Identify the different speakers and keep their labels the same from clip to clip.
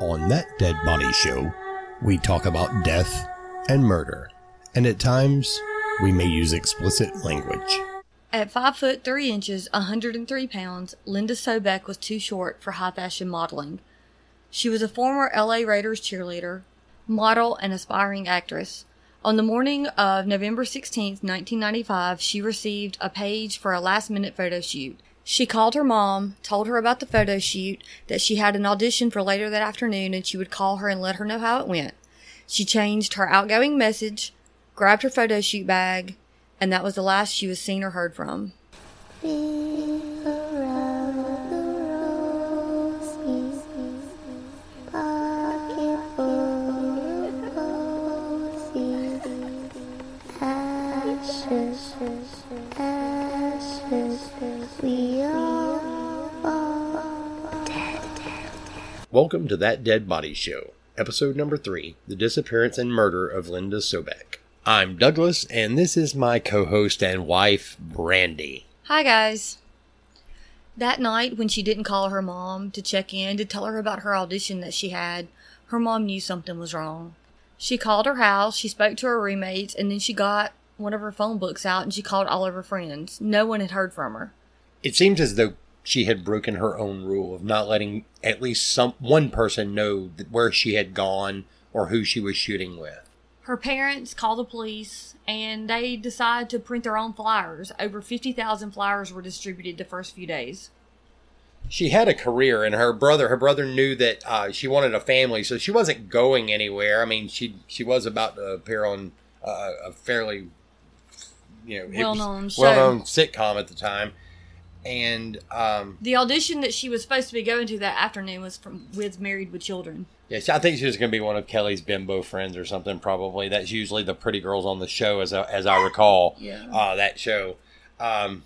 Speaker 1: On that Dead Body Show, we talk about death and murder, and at times, we may use explicit language.
Speaker 2: At 5 foot 3 inches, 103 pounds, Linda Sobeck was too short for high fashion modeling. She was a former LA Raiders cheerleader, model, and aspiring actress. On the morning of November 16, 1995, she received a page for a last minute photo shoot. She called her mom, told her about the photo shoot, that she had an audition for later that afternoon, and she would call her and let her know how it went. She changed her outgoing message, grabbed her photo shoot bag, and that was the last she was seen or heard from.
Speaker 1: Welcome to That Dead Body Show, episode number three The Disappearance and Murder of Linda Sobeck. I'm Douglas, and this is my co host and wife, Brandy.
Speaker 2: Hi, guys. That night, when she didn't call her mom to check in to tell her about her audition that she had, her mom knew something was wrong. She called her house, she spoke to her roommates, and then she got one of her phone books out and she called all of her friends. No one had heard from her.
Speaker 1: It seems as though she had broken her own rule of not letting at least some one person know that where she had gone or who she was shooting with.
Speaker 2: Her parents called the police and they decided to print their own flyers. Over 50,000 flyers were distributed the first few days.
Speaker 1: She had a career, and her brother her brother knew that uh, she wanted a family, so she wasn't going anywhere. I mean, she she was about to appear on uh, a fairly you know
Speaker 2: Well-known show.
Speaker 1: well known sitcom at the time, and um,
Speaker 2: The audition that she was supposed to be going to that afternoon was from with Married with Children.
Speaker 1: Yes, I think she was going to be one of Kelly's bimbo friends or something. Probably that's usually the pretty girls on the show, as I, as I recall.
Speaker 2: Yeah.
Speaker 1: Uh, that show, um,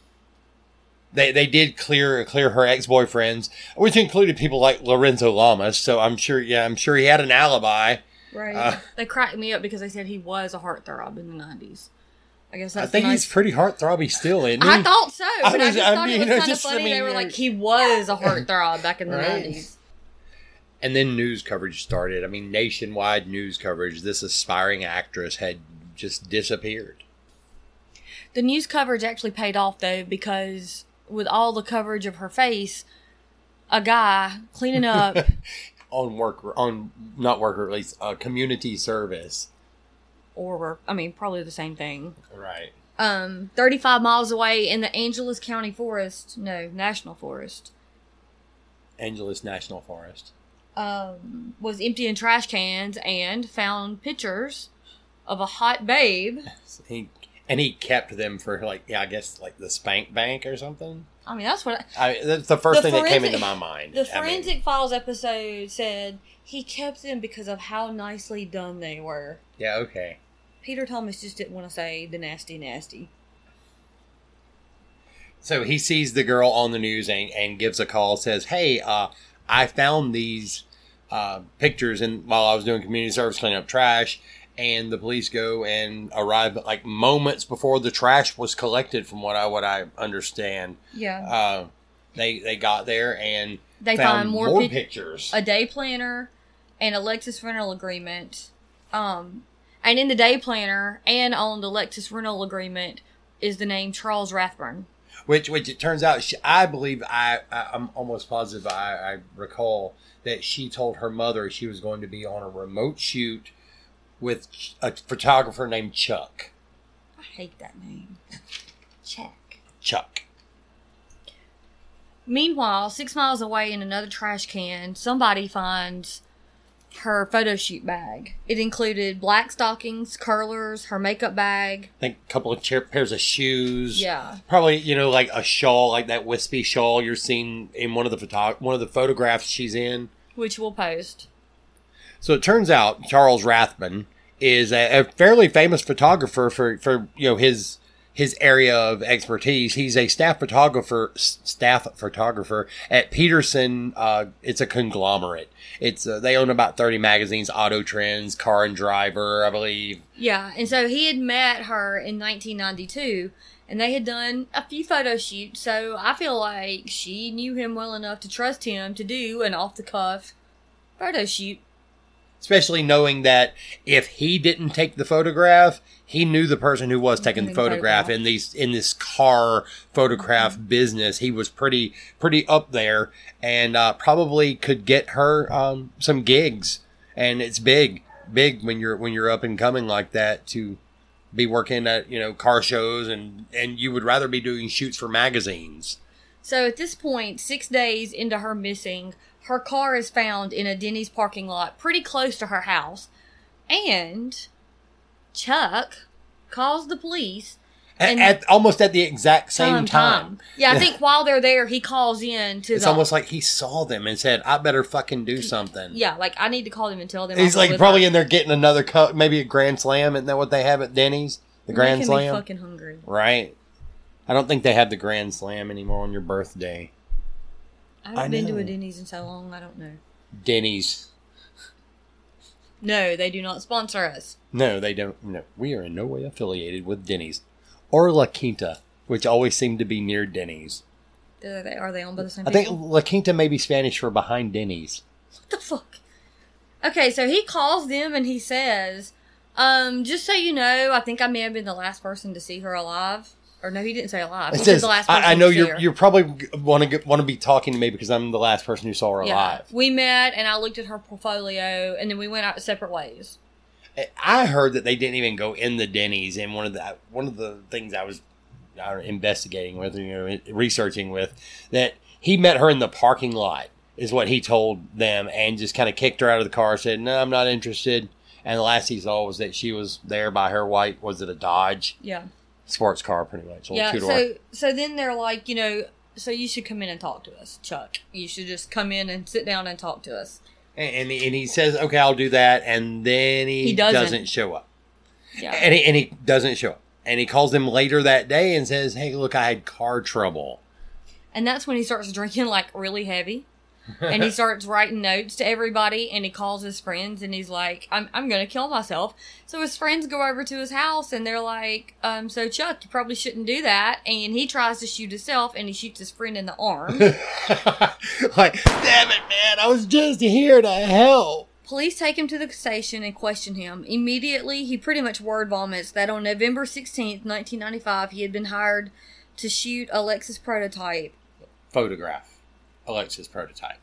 Speaker 1: they they did clear clear her ex boyfriends, which included people like Lorenzo Lamas. So I'm sure, yeah, I'm sure he had an alibi.
Speaker 2: Right.
Speaker 1: Uh.
Speaker 2: they cracked me up because they said he was a heartthrob in the 90s. I guess
Speaker 1: I
Speaker 2: that's
Speaker 1: think
Speaker 2: the
Speaker 1: he's
Speaker 2: nice-
Speaker 1: pretty heartthrobby still, isn't he?
Speaker 2: I thought so, but I,
Speaker 1: was-
Speaker 2: just
Speaker 1: I
Speaker 2: thought
Speaker 1: mean, I
Speaker 2: it was kind of
Speaker 1: just- I
Speaker 2: funny. they
Speaker 1: mean,
Speaker 2: were like,
Speaker 1: you're-
Speaker 2: he was a heartthrob back in the
Speaker 1: Right.
Speaker 2: 90s.
Speaker 1: And then news coverage started. I mean, nationwide news coverage. This aspiring actress had just disappeared.
Speaker 2: The news coverage actually paid off though because with all the coverage of her face, a guy cleaning up
Speaker 1: On worker, on not worker, at least uh, community service.
Speaker 2: or I mean probably the same thing.
Speaker 1: Right.
Speaker 2: Um 35 miles away in the Angeles County Forest, no, National Forest.
Speaker 1: Angeles National Forest.
Speaker 2: Um was emptying trash cans and found pictures of a hot babe.
Speaker 1: He and he kept them for like yeah, I guess like the Spank Bank or something.
Speaker 2: I mean that's what I,
Speaker 1: I, that's the first
Speaker 2: The
Speaker 1: thing that came
Speaker 2: forensic-
Speaker 1: into my mind.
Speaker 2: the
Speaker 1: I mean,
Speaker 2: Forensic Files episode said he kept them because of how nicely done they were.
Speaker 1: yeah, okay.
Speaker 2: Peter Thomas just didn't want to say the nasty nasty.
Speaker 1: So he sees the girl on the news and, and gives a call. Says, "Hey, uh, I found these uh, pictures and while I was doing community service cleaning up trash." And the police go and arrive like moments before the trash was collected, from what I what I understand.
Speaker 2: Yeah.
Speaker 1: Uh, they they got there and
Speaker 2: They
Speaker 1: found
Speaker 2: find more,
Speaker 1: more
Speaker 2: pic-
Speaker 1: pictures.
Speaker 2: a day planner, and a Lexus rental agreement. Um, and in the day planner and on the Lexus rental agreement is the name Charles Rathburn.
Speaker 1: which which it turns out she, I believe I, I I'm almost positive I, I recall that she told her mother she was going to be on a remote shoot with ch- a photographer named Chuck
Speaker 2: I hate that name. Check.
Speaker 1: Chuck
Speaker 2: Meanwhile, six miles away in another trash can, somebody finds her photo shoot bag. It included black stockings, curlers, her makeup bag.
Speaker 1: I think a couple of chair, pairs of shoes
Speaker 2: Yeah.
Speaker 1: probably you know like a shawl like that wispy shawl you're seeing in one of the photo- one of the photographs she's in
Speaker 2: Which we'll post.
Speaker 1: So it turns out Charles Rathman is a, a fairly famous photographer for, for you know his his area of expertise. He's a staff photographer s- staff photographer at Peterson. Uh, it's a conglomerate. It's uh, they own about thirty magazines: Auto Trends, Car and Driver, I believe.
Speaker 2: Yeah, and so he had met her in 1992, and they had done a few photo shoots. So I feel like she knew him well enough to trust him to do an off the cuff Photo shoot.
Speaker 3: Especially knowing that if he didn't take the photograph, he knew the person who was taking the
Speaker 2: Taking the
Speaker 3: photograph in these in this car photograph business. He was pretty pretty up there, and uh, probably could get her um, some gigs. And it's big, big when you're when you're up and coming like that to be working at you know car shows and and you would rather be doing shoots for magazines.
Speaker 2: So at this point, six days into her missing, her car is found in a Denny's parking lot pretty close to her house. And Chuck calls the police
Speaker 3: At,
Speaker 2: And-
Speaker 3: at almost at the exact same time.
Speaker 2: Yeah, I think while they're there, he calls in to
Speaker 3: It's
Speaker 2: the.
Speaker 3: almost like he saw them and said, "I better fucking do something."
Speaker 2: yeah, like I need to call them and tell them.
Speaker 3: He's
Speaker 2: I'm
Speaker 3: like
Speaker 2: with
Speaker 3: probably
Speaker 2: her.
Speaker 3: in there getting another cup, maybe a grand slam. Isn't that what they have at Denny's? The
Speaker 2: You're
Speaker 3: grand
Speaker 2: making
Speaker 3: slam,
Speaker 2: Me fucking hungry.
Speaker 3: right? I don't think they have the grand slam anymore on your birthday.
Speaker 2: I haven't
Speaker 3: I
Speaker 2: been to
Speaker 3: know.
Speaker 2: a Denny's in so long. I don't know.
Speaker 3: Denny's.
Speaker 2: No, they do not sponsor us.
Speaker 3: No, they don't. No, we are in no way affiliated with Denny's or La Quinta, which always seem to be near Denny's.
Speaker 2: Are they, are they on by the same
Speaker 3: I think
Speaker 2: people?
Speaker 3: La Quinta may be Spanish for behind Denny's.
Speaker 2: What the fuck? Okay, so he calls them and he says, um, just so you know, I think I may have been the last person to see her alive. Or no, he didn't say alive.
Speaker 3: It
Speaker 2: He said
Speaker 3: says,
Speaker 2: the last person
Speaker 3: I, I
Speaker 2: to
Speaker 3: know
Speaker 2: see
Speaker 3: you're
Speaker 2: her.
Speaker 3: you're probably want to want to be talking to me because I'm the last person who saw her alive.
Speaker 2: We met and I looked at her portfolio and then we went out separate ways.
Speaker 3: I heard that they didn't even go in the Denny's, and one of the one of the things I was uh, investigating with, you know, researching with, that he met her in the parking lot is what he told them, and just kind of kicked her out of the car, said, "No, I'm not interested." And the last he saw was that she was there by her white, was it a Dodge
Speaker 2: Yeah.
Speaker 3: sports car, pretty much,
Speaker 2: yeah.
Speaker 3: two door.
Speaker 2: So so then they're like, you know, so you should come in and talk to us, Chuck. You should just come in and sit down and talk to us.
Speaker 3: And, and he- and he says, "Okay, I'll do that," and then he,
Speaker 2: He doesn't.
Speaker 3: doesn't show up.
Speaker 2: Yeah.
Speaker 3: and he, and he doesn't show up. And he calls them later that day and says, "Hey, look, I had car trouble."
Speaker 2: And that's when he starts drinking like really heavy. and he starts writing notes to everybody and he calls his friends and he's like, I'm, I'm going to kill myself. So his friends go over to his house and they're like, um, So Chuck, you probably shouldn't do that. And he tries to shoot himself and he shoots his friend in the arm.
Speaker 3: like, damn it, man! I was just here to help.
Speaker 2: Police take him to the station and question him. Immediately, he pretty much word vomits that on November 16th, 1995, he had been hired to shoot Alexis prototype.
Speaker 3: Photograph Alexis prototype.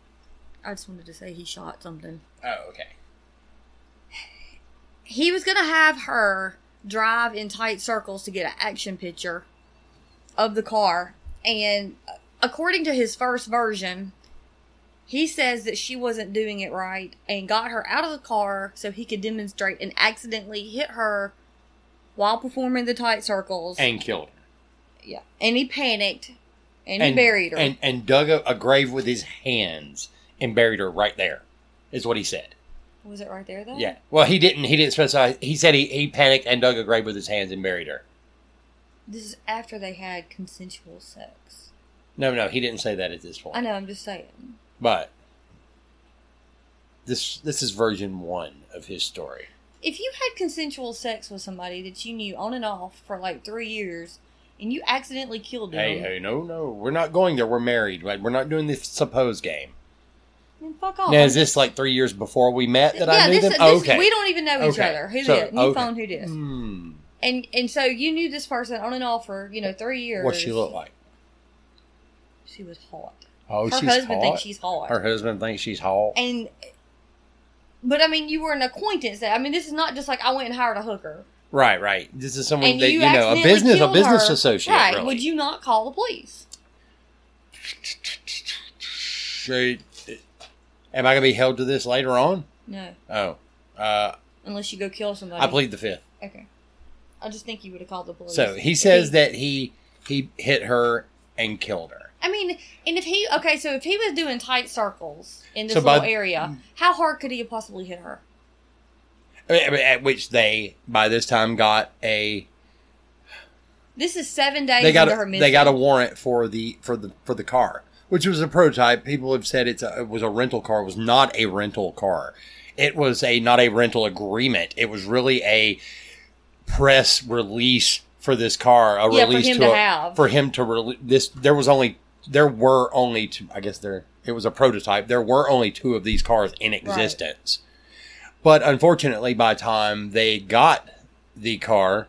Speaker 2: I just wanted to say he shot something.
Speaker 3: Oh, okay.
Speaker 2: He was going to have her drive in tight circles to get an action picture of the car. And uh, according to his first version, he says that she wasn't doing it right and got her out of the car so he could demonstrate and accidentally hit her while performing the tight circles.
Speaker 3: And killed her.
Speaker 2: Yeah. And he panicked and, he buried her.
Speaker 3: And and dug a, a grave with his hands and buried her right there. Is what he said.
Speaker 2: was it right there though?
Speaker 3: Yeah. Well, he didn't. He didn't specify. He said he, he panicked and dug a grave with his hands and buried her.
Speaker 2: This is after they had consensual sex.
Speaker 3: No, no, he didn't say that at this point.
Speaker 2: I know, I'm just saying.
Speaker 3: But this this is version one of his story.
Speaker 2: If you had consensual sex with somebody that you knew on and off for like three years and you accidentally killed them,
Speaker 3: Hey, hey, no, no, we're not going there. We're married. Like, We're not doing this suppose game.
Speaker 2: then fuck off.
Speaker 3: Now, is this like three years before we met that I
Speaker 2: this,
Speaker 3: knew them?
Speaker 2: this-
Speaker 3: okay.
Speaker 2: we don't even know each
Speaker 3: Okay.
Speaker 2: other. Who
Speaker 3: So,
Speaker 2: did? You
Speaker 3: okay.
Speaker 2: found who did.
Speaker 3: Hmm.
Speaker 2: And and so you knew this person on and off for, you know, three years.
Speaker 3: What she look like?
Speaker 2: She was hot.
Speaker 3: Oh,
Speaker 2: Her
Speaker 3: she's
Speaker 2: husband
Speaker 3: hot.
Speaker 2: thinks she's hot.
Speaker 3: Her husband thinks she's hot.
Speaker 2: and but I mean, you were an acquaintance. That I mean, this is not just like I went and hired a hooker.
Speaker 3: right, right. This is someone
Speaker 2: And
Speaker 3: that you
Speaker 2: you,
Speaker 3: know, a
Speaker 2: accidentally
Speaker 3: business, a
Speaker 2: killed
Speaker 3: business
Speaker 2: her.
Speaker 3: associate.
Speaker 2: Right?
Speaker 3: Really.
Speaker 2: Would you not call the police?
Speaker 3: She- Am I going to be held to this later on?
Speaker 2: No,
Speaker 3: Oh, uh,
Speaker 2: unless you go kill somebody.
Speaker 3: I plead the fifth.
Speaker 2: Okay, I just think you would have called the police.
Speaker 3: So he
Speaker 2: If
Speaker 3: says that he he hit her and killed her.
Speaker 2: I mean, and if he okay, so if he was doing tight circles in this
Speaker 3: So by
Speaker 2: little
Speaker 3: th-
Speaker 2: area, how hard could he have possibly hit her?
Speaker 3: I mean, I mean, at which they by this time got a
Speaker 2: This is seven days
Speaker 3: they got
Speaker 2: into her
Speaker 3: a,
Speaker 2: missing.
Speaker 3: they got a warrant for the for the for the car, which was a prototype. People have said it's a, it was a rental car. It was not a rental car. It was a not a rental agreement. It was really a press release for this car. A
Speaker 2: yeah for
Speaker 3: release
Speaker 2: him
Speaker 3: to,
Speaker 2: to
Speaker 3: a-
Speaker 2: have.
Speaker 3: for him to release this. There was only there were only two. I guess there it was a prototype. There were only two of these cars in existence. But unfortunately, by the time they got the car,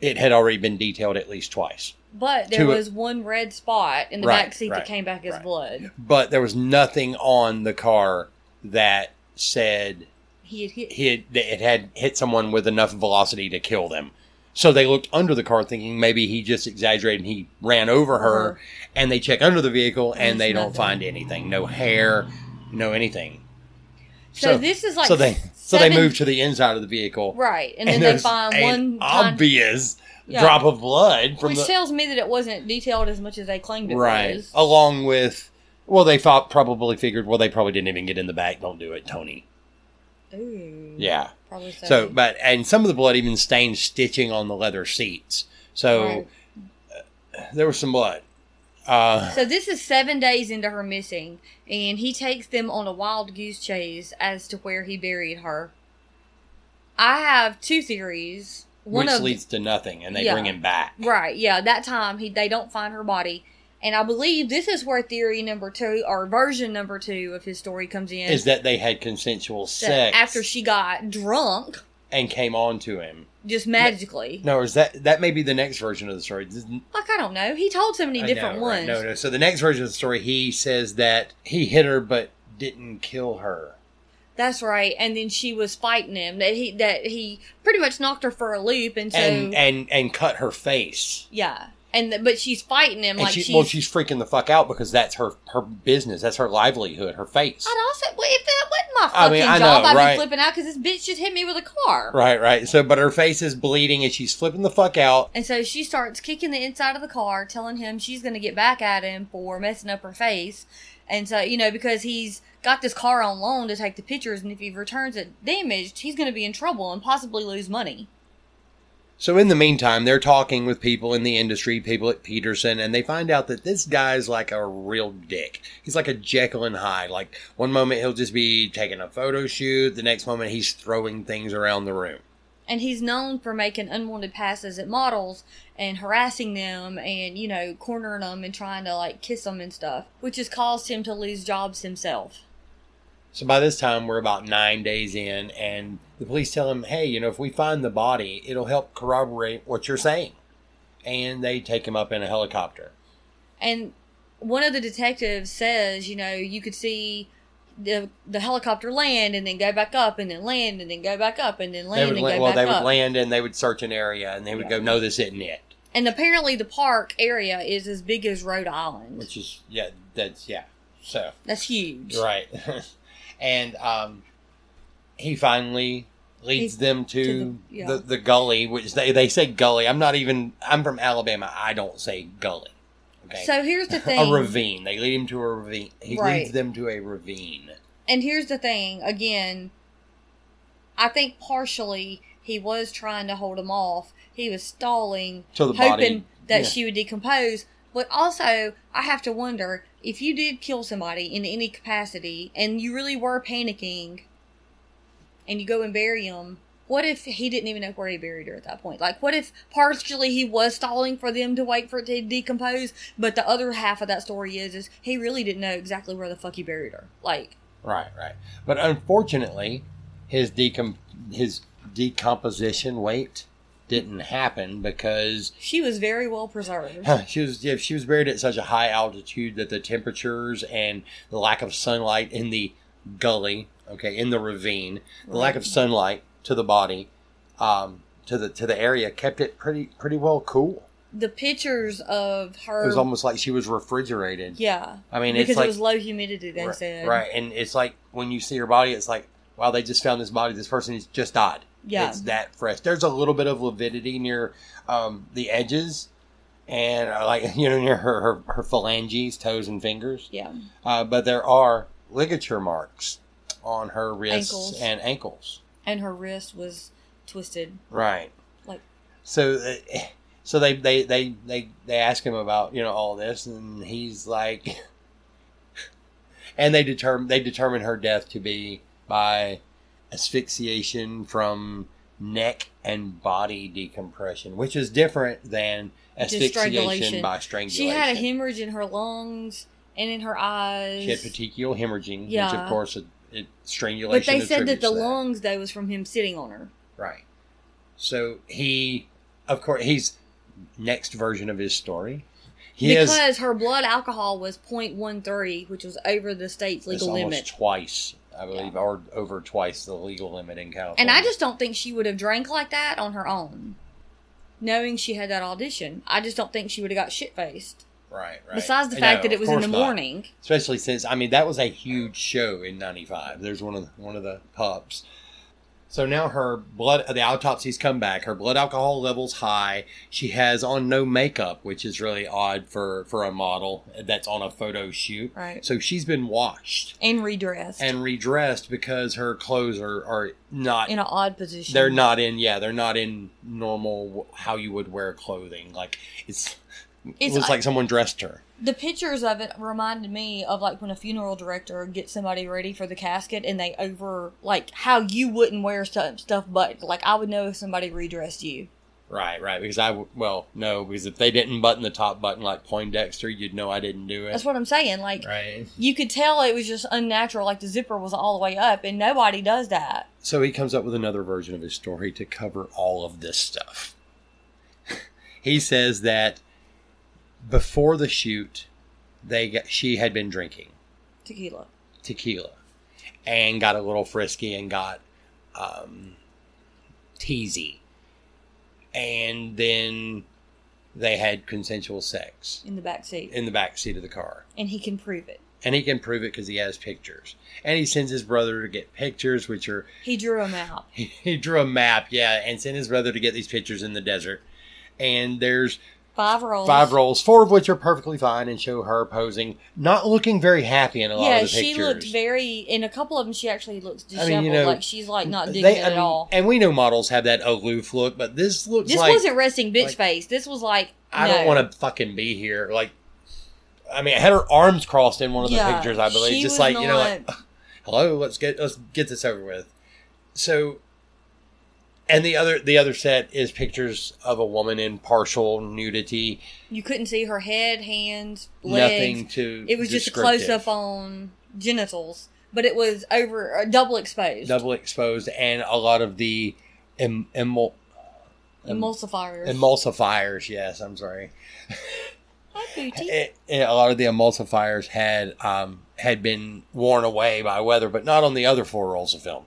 Speaker 3: it had already been detailed at least twice.
Speaker 2: But there
Speaker 3: To a-
Speaker 2: was one red spot in the
Speaker 3: Right,
Speaker 2: back seat
Speaker 3: right,
Speaker 2: that came back as
Speaker 3: right.
Speaker 2: blood.
Speaker 3: But there was nothing on the car that said
Speaker 2: He had hit.
Speaker 3: he had, that it had hit someone with enough velocity to kill them. So they looked under the car, thinking maybe he just exaggerated and he ran over her.
Speaker 2: Her.
Speaker 3: And they check under the vehicle, and,
Speaker 2: Uh-huh. There's
Speaker 3: they don't
Speaker 2: nothing.
Speaker 3: find anything no hair, no anything.
Speaker 2: So, this is like
Speaker 3: so they so
Speaker 2: seven-
Speaker 3: they move to the inside of the vehicle,
Speaker 2: right, and then they
Speaker 3: there's
Speaker 2: find
Speaker 3: an
Speaker 2: one tiny-
Speaker 3: obvious
Speaker 2: Yeah.
Speaker 3: drop of blood from
Speaker 2: which
Speaker 3: the
Speaker 2: tells me that it wasn't detailed as much as they claimed it
Speaker 3: right,
Speaker 2: was.
Speaker 3: along with well, they thought probably figured well they probably didn't even get in the back. Don't do it, Tony.
Speaker 2: Ooh,
Speaker 3: Yeah.
Speaker 2: probably so.
Speaker 3: So, but and some of the blood even stained stitching on the leather seats. So
Speaker 2: Right.
Speaker 3: uh, there was some blood. Uh,
Speaker 2: So this is seven days into her missing, and he takes them on a wild goose chase as to where he buried her. I have two theories. One
Speaker 3: which
Speaker 2: of
Speaker 3: leads to nothing, and they
Speaker 2: Yeah.
Speaker 3: bring him back.
Speaker 2: right, yeah, that time he they don't find her body, and I believe this is where theory number two or version number two of his story comes in.
Speaker 3: Is that they had consensual
Speaker 2: that
Speaker 3: sex
Speaker 2: after she got drunk,
Speaker 3: and came on to him?
Speaker 2: just magically?
Speaker 3: No, is that that may be the next version of the story? This is-
Speaker 2: Like I don't know. He told so many
Speaker 3: I
Speaker 2: different
Speaker 3: know, right?
Speaker 2: ones.
Speaker 3: No, no. So the next version of the story, he says that he hit her but didn't kill her.
Speaker 2: That's right. And then she was fighting him. That he that he pretty much knocked her for a loop, and so
Speaker 3: and and and cut her face.
Speaker 2: Yeah, and th- but she's fighting him
Speaker 3: And
Speaker 2: like
Speaker 3: she,
Speaker 2: she's.
Speaker 3: well, she's freaking the fuck out because that's her her business. That's her livelihood. Her face.
Speaker 2: I'd also well, if that wasn't my
Speaker 3: I
Speaker 2: fucking
Speaker 3: mean, I
Speaker 2: job,
Speaker 3: know,
Speaker 2: I'd
Speaker 3: right?
Speaker 2: be flipping out because this bitch just hit me with a car.
Speaker 3: Right, right. So, but her face is bleeding and she's flipping the fuck out.
Speaker 2: And so she starts kicking the inside of the car, telling him she's going to get back at him for messing up her face. And so you know because he's got this car on loan to take the pictures, and if he returns it damaged, he's going to be in trouble and possibly lose money.
Speaker 3: So, in the meantime, they're talking with people in the industry, people at Peterson, and they find out that this guy's like a real dick. He's like a Jekyll and Hyde. Like, one moment he'll just be taking a photo shoot, the next moment he's throwing things around the room.
Speaker 2: And he's known for making unwanted passes at models and harassing them and, you know, cornering them and trying to, like, kiss them and stuff, which has caused him to lose jobs himself.
Speaker 3: So, by this time, we're about nine days in, and the police tell him, hey, you know, if we find the body, it'll help corroborate what you're saying. And they take him up in a helicopter.
Speaker 2: And one of the detectives says, you know, you could see the the helicopter land and then go back up and then land and then go back up and then
Speaker 3: They
Speaker 2: land
Speaker 3: would,
Speaker 2: and
Speaker 3: la-
Speaker 2: go
Speaker 3: well,
Speaker 2: back
Speaker 3: they
Speaker 2: up.
Speaker 3: would land and they would search an area, and they would
Speaker 2: Yeah.
Speaker 3: go, no, this isn't it.
Speaker 2: And apparently the park area is as big as Rhode Island.
Speaker 3: which is yeah that's yeah so
Speaker 2: That's huge.
Speaker 3: right and um he finally leads
Speaker 2: He-
Speaker 3: them to,
Speaker 2: to
Speaker 3: the,
Speaker 2: the- yeah.
Speaker 3: the, gully which they, they say gully i'm not even i'm from alabama i don't say gully okay
Speaker 2: So here's the thing.
Speaker 3: a ravine they lead him to a ravine he
Speaker 2: Right.
Speaker 3: leads them to a ravine
Speaker 2: And here's the thing again, I think partially he was trying to hold him off. He was stalling,
Speaker 3: to the
Speaker 2: hoping
Speaker 3: body
Speaker 2: that
Speaker 3: yeah.
Speaker 2: she would decompose. But also, I have to wonder if you did kill somebody in any capacity and you really were panicking and you go and bury him. What if he didn't even know where he buried her at that point? Like, what if partially he was stalling for them to wait for it to decompose, but the other half of that story is is he really didn't know exactly where the fuck he buried her. Like,
Speaker 3: right right but unfortunately his decom his decomposition wait didn't happen because
Speaker 2: She was very well preserved.
Speaker 3: Huh, she was yeah, she was buried at such a high altitude that the temperatures and the lack of sunlight in the gully, okay, in the ravine, the lack of sunlight to the body, um, to the to the area kept it pretty pretty well cool.
Speaker 2: The pictures of her.
Speaker 3: It was almost like she was refrigerated.
Speaker 2: yeah.
Speaker 3: I mean,
Speaker 2: because
Speaker 3: it's like
Speaker 2: it was low humidity, they
Speaker 3: right,
Speaker 2: said.
Speaker 3: right, and it's like when you see her body, it's like wow, they just found this body. This person has just died.
Speaker 2: Yeah.
Speaker 3: It's that fresh. There's a little bit of lividity near um, the edges and uh, like, you know, near her, her, her phalanges, toes, and fingers.
Speaker 2: yeah.
Speaker 3: Uh, but there are ligature marks on her wrists
Speaker 2: Ankles.
Speaker 3: and ankles.
Speaker 2: And her wrist was twisted.
Speaker 3: Right.
Speaker 2: Like-
Speaker 3: so, uh, so they, they, they, they, they ask him about, you know, all this and he's like, and they determine, they determine her death to be by asphyxiation from neck and body decompression, which is different than
Speaker 2: Just
Speaker 3: asphyxiation
Speaker 2: strangulation.
Speaker 3: by strangulation.
Speaker 2: She had a hemorrhage in her lungs and in her eyes.
Speaker 3: She had petechial hemorrhaging, which
Speaker 2: Yeah.
Speaker 3: of course it, it strangulation.
Speaker 2: but they said that
Speaker 3: attributes
Speaker 2: the lungs though was from him sitting on her.
Speaker 3: right. So he, of course, he's next version of his story. He
Speaker 2: because
Speaker 3: is
Speaker 2: her blood alcohol was 0.13, which was over the state's
Speaker 3: it's
Speaker 2: legal
Speaker 3: almost
Speaker 2: limit.
Speaker 3: twice, I believe, or over twice the legal limit in California.
Speaker 2: And I just don't think she would have drank like that on her own, knowing she had that audition. I just don't think she would have got shit faced.
Speaker 3: right, right.
Speaker 2: Besides the
Speaker 3: No,
Speaker 2: fact that it
Speaker 3: of
Speaker 2: was in
Speaker 3: course
Speaker 2: the
Speaker 3: not.
Speaker 2: morning.
Speaker 3: especially since I mean that was a huge show in '95. There's one of the, one of the pubs. So now her blood, the autopsies come back. Her blood alcohol levels high. She has on no makeup, which is really odd for for a model that's on a photo shoot.
Speaker 2: Right.
Speaker 3: So she's been washed
Speaker 2: And redressed.
Speaker 3: and redressed because her clothes are are not.
Speaker 2: in an odd position.
Speaker 3: They're not in. Yeah, they're not in normal how you would wear clothing. Like it's. It
Speaker 2: It's-
Speaker 3: looks like someone dressed her.
Speaker 2: The pictures of it reminded me of like when a funeral director gets somebody ready for the casket and they over like how you wouldn't wear stuff, stuff but like I would know if somebody redressed you.
Speaker 3: Right, right. Because I, w- well, no, because if they didn't button the top button like Poindexter, you'd know I didn't do it.
Speaker 2: That's what I'm saying. Like
Speaker 3: right.
Speaker 2: you could tell it was just unnatural. Like the zipper was all the way up, and nobody does that.
Speaker 3: So he comes up with another version of his story to cover all of this stuff. he says that before the shoot, they got, she had been drinking
Speaker 2: Tequila.
Speaker 3: tequila and got a little frisky and got um, teasy. And then they had consensual sex
Speaker 2: in the back seat,
Speaker 3: in the back seat of the car.
Speaker 2: and he can prove it.
Speaker 3: and he can prove it because he has pictures. And he sends his brother to get pictures, which are
Speaker 2: He drew him out.
Speaker 3: he drew a map, yeah, and sent his brother to get these pictures in the desert. And there's
Speaker 2: Five rolls.
Speaker 3: five rolls, four of which are perfectly fine, and show her posing, not looking very happy in a lot
Speaker 2: yeah,
Speaker 3: of the
Speaker 2: she
Speaker 3: pictures.
Speaker 2: looked very. In a couple of them, she actually looks
Speaker 3: I
Speaker 2: disheveled.
Speaker 3: mean, you know,
Speaker 2: like she's like not digging
Speaker 3: They-
Speaker 2: it
Speaker 3: I
Speaker 2: at
Speaker 3: mean,
Speaker 2: all.
Speaker 3: And we know models have that aloof look, but this looks
Speaker 2: This
Speaker 3: like
Speaker 2: wasn't resting bitch
Speaker 3: like,
Speaker 2: face. This was like
Speaker 3: I don't want to fucking be here. Like, I mean, I had her arms crossed in one of the
Speaker 2: Yeah,
Speaker 3: pictures, I believe,
Speaker 2: she
Speaker 3: just
Speaker 2: was
Speaker 3: like you know, like
Speaker 2: not-
Speaker 3: hello let's get let's get this over with so and the other the other set is pictures of a woman in partial nudity
Speaker 2: You couldn't see her head, hands, legs.
Speaker 3: nothing to
Speaker 2: It was just a
Speaker 3: descriptive.
Speaker 2: close up on genitals, but it was over uh, double exposed.
Speaker 3: double exposed and a lot of the em, emul,
Speaker 2: emulsifiers.
Speaker 3: emulsifiers yes i'm sorry
Speaker 2: Hi, Booty.
Speaker 3: It- it- Eh, a lot of the emulsifiers had um, had been worn away by weather, but not on the other four rolls of film.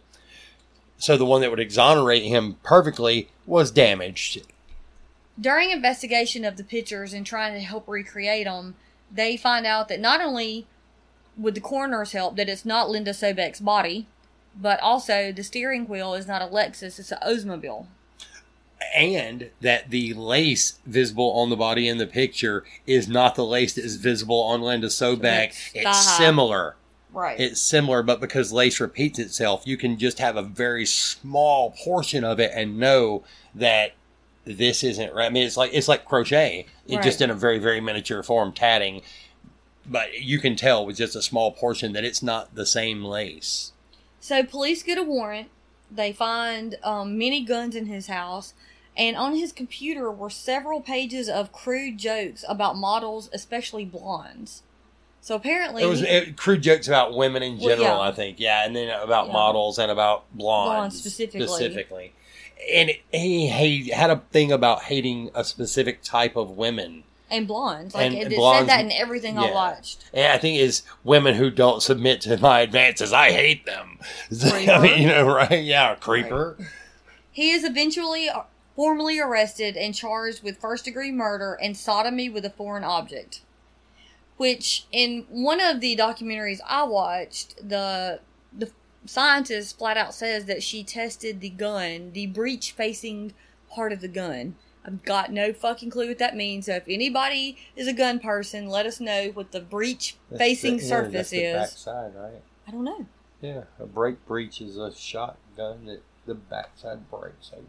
Speaker 3: So the one that would exonerate him perfectly was damaged.
Speaker 2: During investigation of the pictures and trying to help recreate them, they find out that not only with the coroner's help that it's not Linda Sobek's body, but also the steering wheel is not a Lexus; it's an Oldsmobile.
Speaker 3: and that the lace visible on the body in the picture is not the lace that is visible on Linda Sobek.
Speaker 2: It's
Speaker 3: It's
Speaker 2: thigh-high.
Speaker 3: similar.
Speaker 2: Right.
Speaker 3: It's similar, but because lace repeats itself, you can just have a very small portion of it and know that this isn't right. I mean, it's like it's like crochet, it
Speaker 2: Right.
Speaker 3: just in a very very miniature form, tatting. But you can tell with just a small portion that it's not the same lace.
Speaker 2: So police get a warrant. They find um, many guns in his house, and on his computer were several pages of crude jokes about models, especially blondes. So apparently,
Speaker 3: It was it, crude jokes about women in
Speaker 2: Well,
Speaker 3: general,
Speaker 2: yeah.
Speaker 3: I think. Yeah, and then about
Speaker 2: Yeah.
Speaker 3: models and about blondes,
Speaker 2: Blondes specifically.
Speaker 3: specifically. And it, he, he had a thing about hating a specific type of women.
Speaker 2: and blondes, like
Speaker 3: And
Speaker 2: it, it
Speaker 3: blondes-
Speaker 2: said that in everything I
Speaker 3: yeah.
Speaker 2: watched.
Speaker 3: And I think is women who don't submit to my advances. I hate them. I
Speaker 2: Creeper.
Speaker 3: mean, you know, right? Yeah, a creeper.
Speaker 2: He is eventually uh, formally arrested and charged with first degree murder and sodomy with a foreign object. Which, in one of the documentaries I watched, the the scientist flat out says that she tested the gun, the breech facing part of the gun. I've got no fucking clue what that means. So if anybody is a gun person, let us know what the breech
Speaker 3: That's
Speaker 2: facing
Speaker 3: the- yeah, that's
Speaker 2: surface
Speaker 3: the
Speaker 2: is.
Speaker 3: backside, right?
Speaker 2: I don't know.
Speaker 3: Yeah, a break breach is a shotgun that the backside breaks open.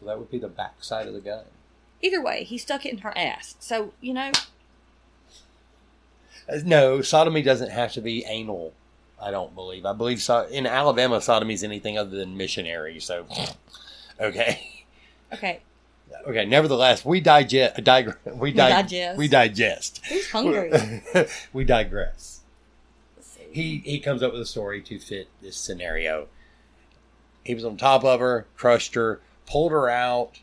Speaker 3: So that would be the backside of the gun.
Speaker 2: Either way, he stuck it in her ass. So you know,
Speaker 3: Uh, No, sodomy doesn't have to be anal. I don't believe. I believe so- in Alabama, sodomy is anything other than missionary. So, okay,
Speaker 2: Okay.
Speaker 3: okay. Nevertheless, we digest. uh, Dig- we, dig-
Speaker 2: digest.
Speaker 3: We digest.
Speaker 2: Who's hungry?
Speaker 3: we digress.
Speaker 2: Let's see.
Speaker 3: He he comes up with a story to fit this scenario. He was on top of her, crushed her, pulled her out,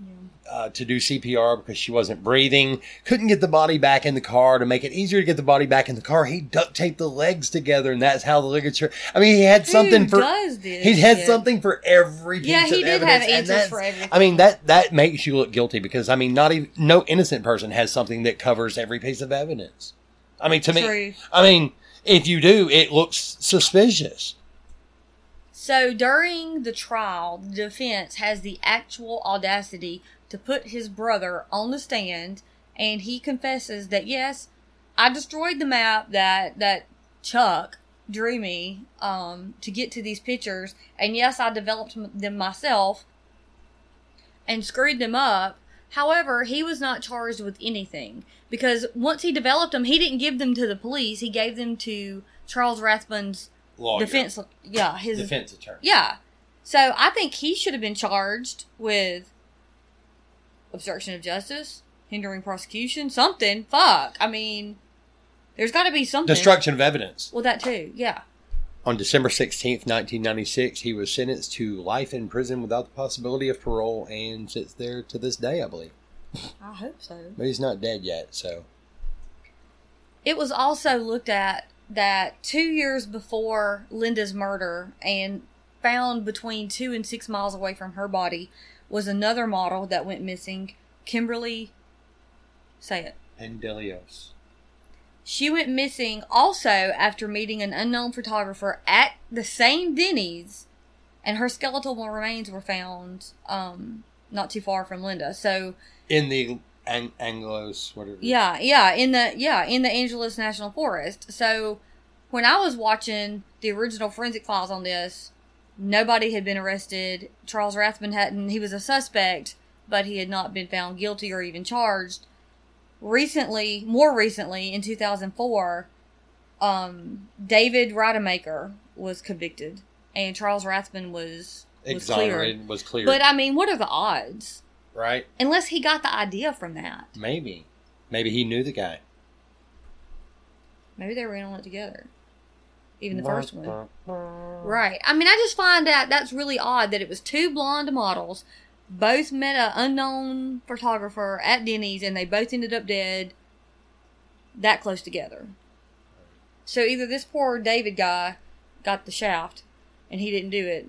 Speaker 2: Yeah.
Speaker 3: uh, to do CPR because she wasn't breathing. Couldn't get the body back in the car to make it easier to get the body back in the car. He duct taped the legs together, and that's how the ligature. I mean, he had something
Speaker 2: Who
Speaker 3: for
Speaker 2: does this
Speaker 3: he had
Speaker 2: shit?
Speaker 3: something for every piece
Speaker 2: Yeah, he
Speaker 3: of
Speaker 2: did have
Speaker 3: evidence, and
Speaker 2: answers
Speaker 3: that's-
Speaker 2: for everything.
Speaker 3: I mean that that makes you look guilty because I mean not even no innocent person has something that covers every piece of evidence. I mean to me,
Speaker 2: True.
Speaker 3: I mean if you do, it looks suspicious.
Speaker 2: So during the trial, the defense has the actual audacity to put his brother on the stand, and he confesses that yes, I destroyed the map that that Chuck drew me um, to get to these pictures, and yes, I developed m- them myself and screwed them up. However, he was not charged with anything because once he developed them, he didn't give them to the police. He gave them to Charles Rathbun's
Speaker 3: Lawyer,
Speaker 2: defense. Yeah, his
Speaker 3: Oh, defense attorney.
Speaker 2: yeah. So I think he should have been charged with obstruction of justice, hindering prosecution, something. Fuck. I mean, there's got to be something.
Speaker 3: Destruction of evidence.
Speaker 2: Well, that too. Yeah.
Speaker 3: On December 16th, 1996, he was sentenced to life in prison without the possibility of parole and sits there to this day, I believe.
Speaker 2: I hope so.
Speaker 3: But he's not dead yet, so.
Speaker 2: It was also looked at that two years before Linda's murder and found between two and six miles away from her body was another model that went missing, Kimberly. Say it.
Speaker 3: Pendelios.
Speaker 2: She went missing also after meeting an unknown photographer at the same Denny's, and her skeletal remains were found um, not too far from Linda. So
Speaker 3: In the Ang- Anglos, whatever.
Speaker 2: yeah, yeah, in the yeah in the Angeles National Forest. So when I was watching the original forensic files on this, nobody had been arrested. Charles Rathman hadn't. He was a suspect, but he had not been found guilty or even charged. Recently, more recently, in 2004, um, David Rademacher was convicted, and Charles Rathman was was cleared.
Speaker 3: Exonerated, was cleared.
Speaker 2: But I mean, what are the odds?
Speaker 3: right?
Speaker 2: Unless he got the idea from that,
Speaker 3: Maybe. Maybe he knew the guy.
Speaker 2: maybe they were in on it together. Even the first one. Right. I mean, I just find that that's really odd that it was two blonde models, both met an unknown photographer at Denny's, and they both ended up dead that close together. So either this poor David guy got the shaft, and he didn't do it.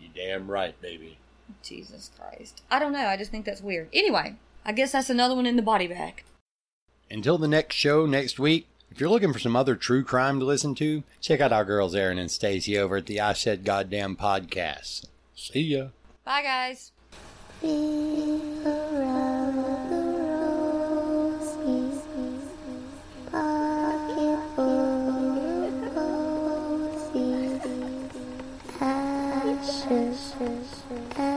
Speaker 3: You damn right, baby.
Speaker 2: Jesus Christ. I don't know. I just think that's weird. Anyway, I guess that's another one in the body bag.
Speaker 3: Until the next show next week, if you're looking for some other true crime to listen to, check out our girls Erin and Stacy over at the I Said Goddamn podcast. See ya.
Speaker 2: Bye, guys.
Speaker 4: Ashes, ashes.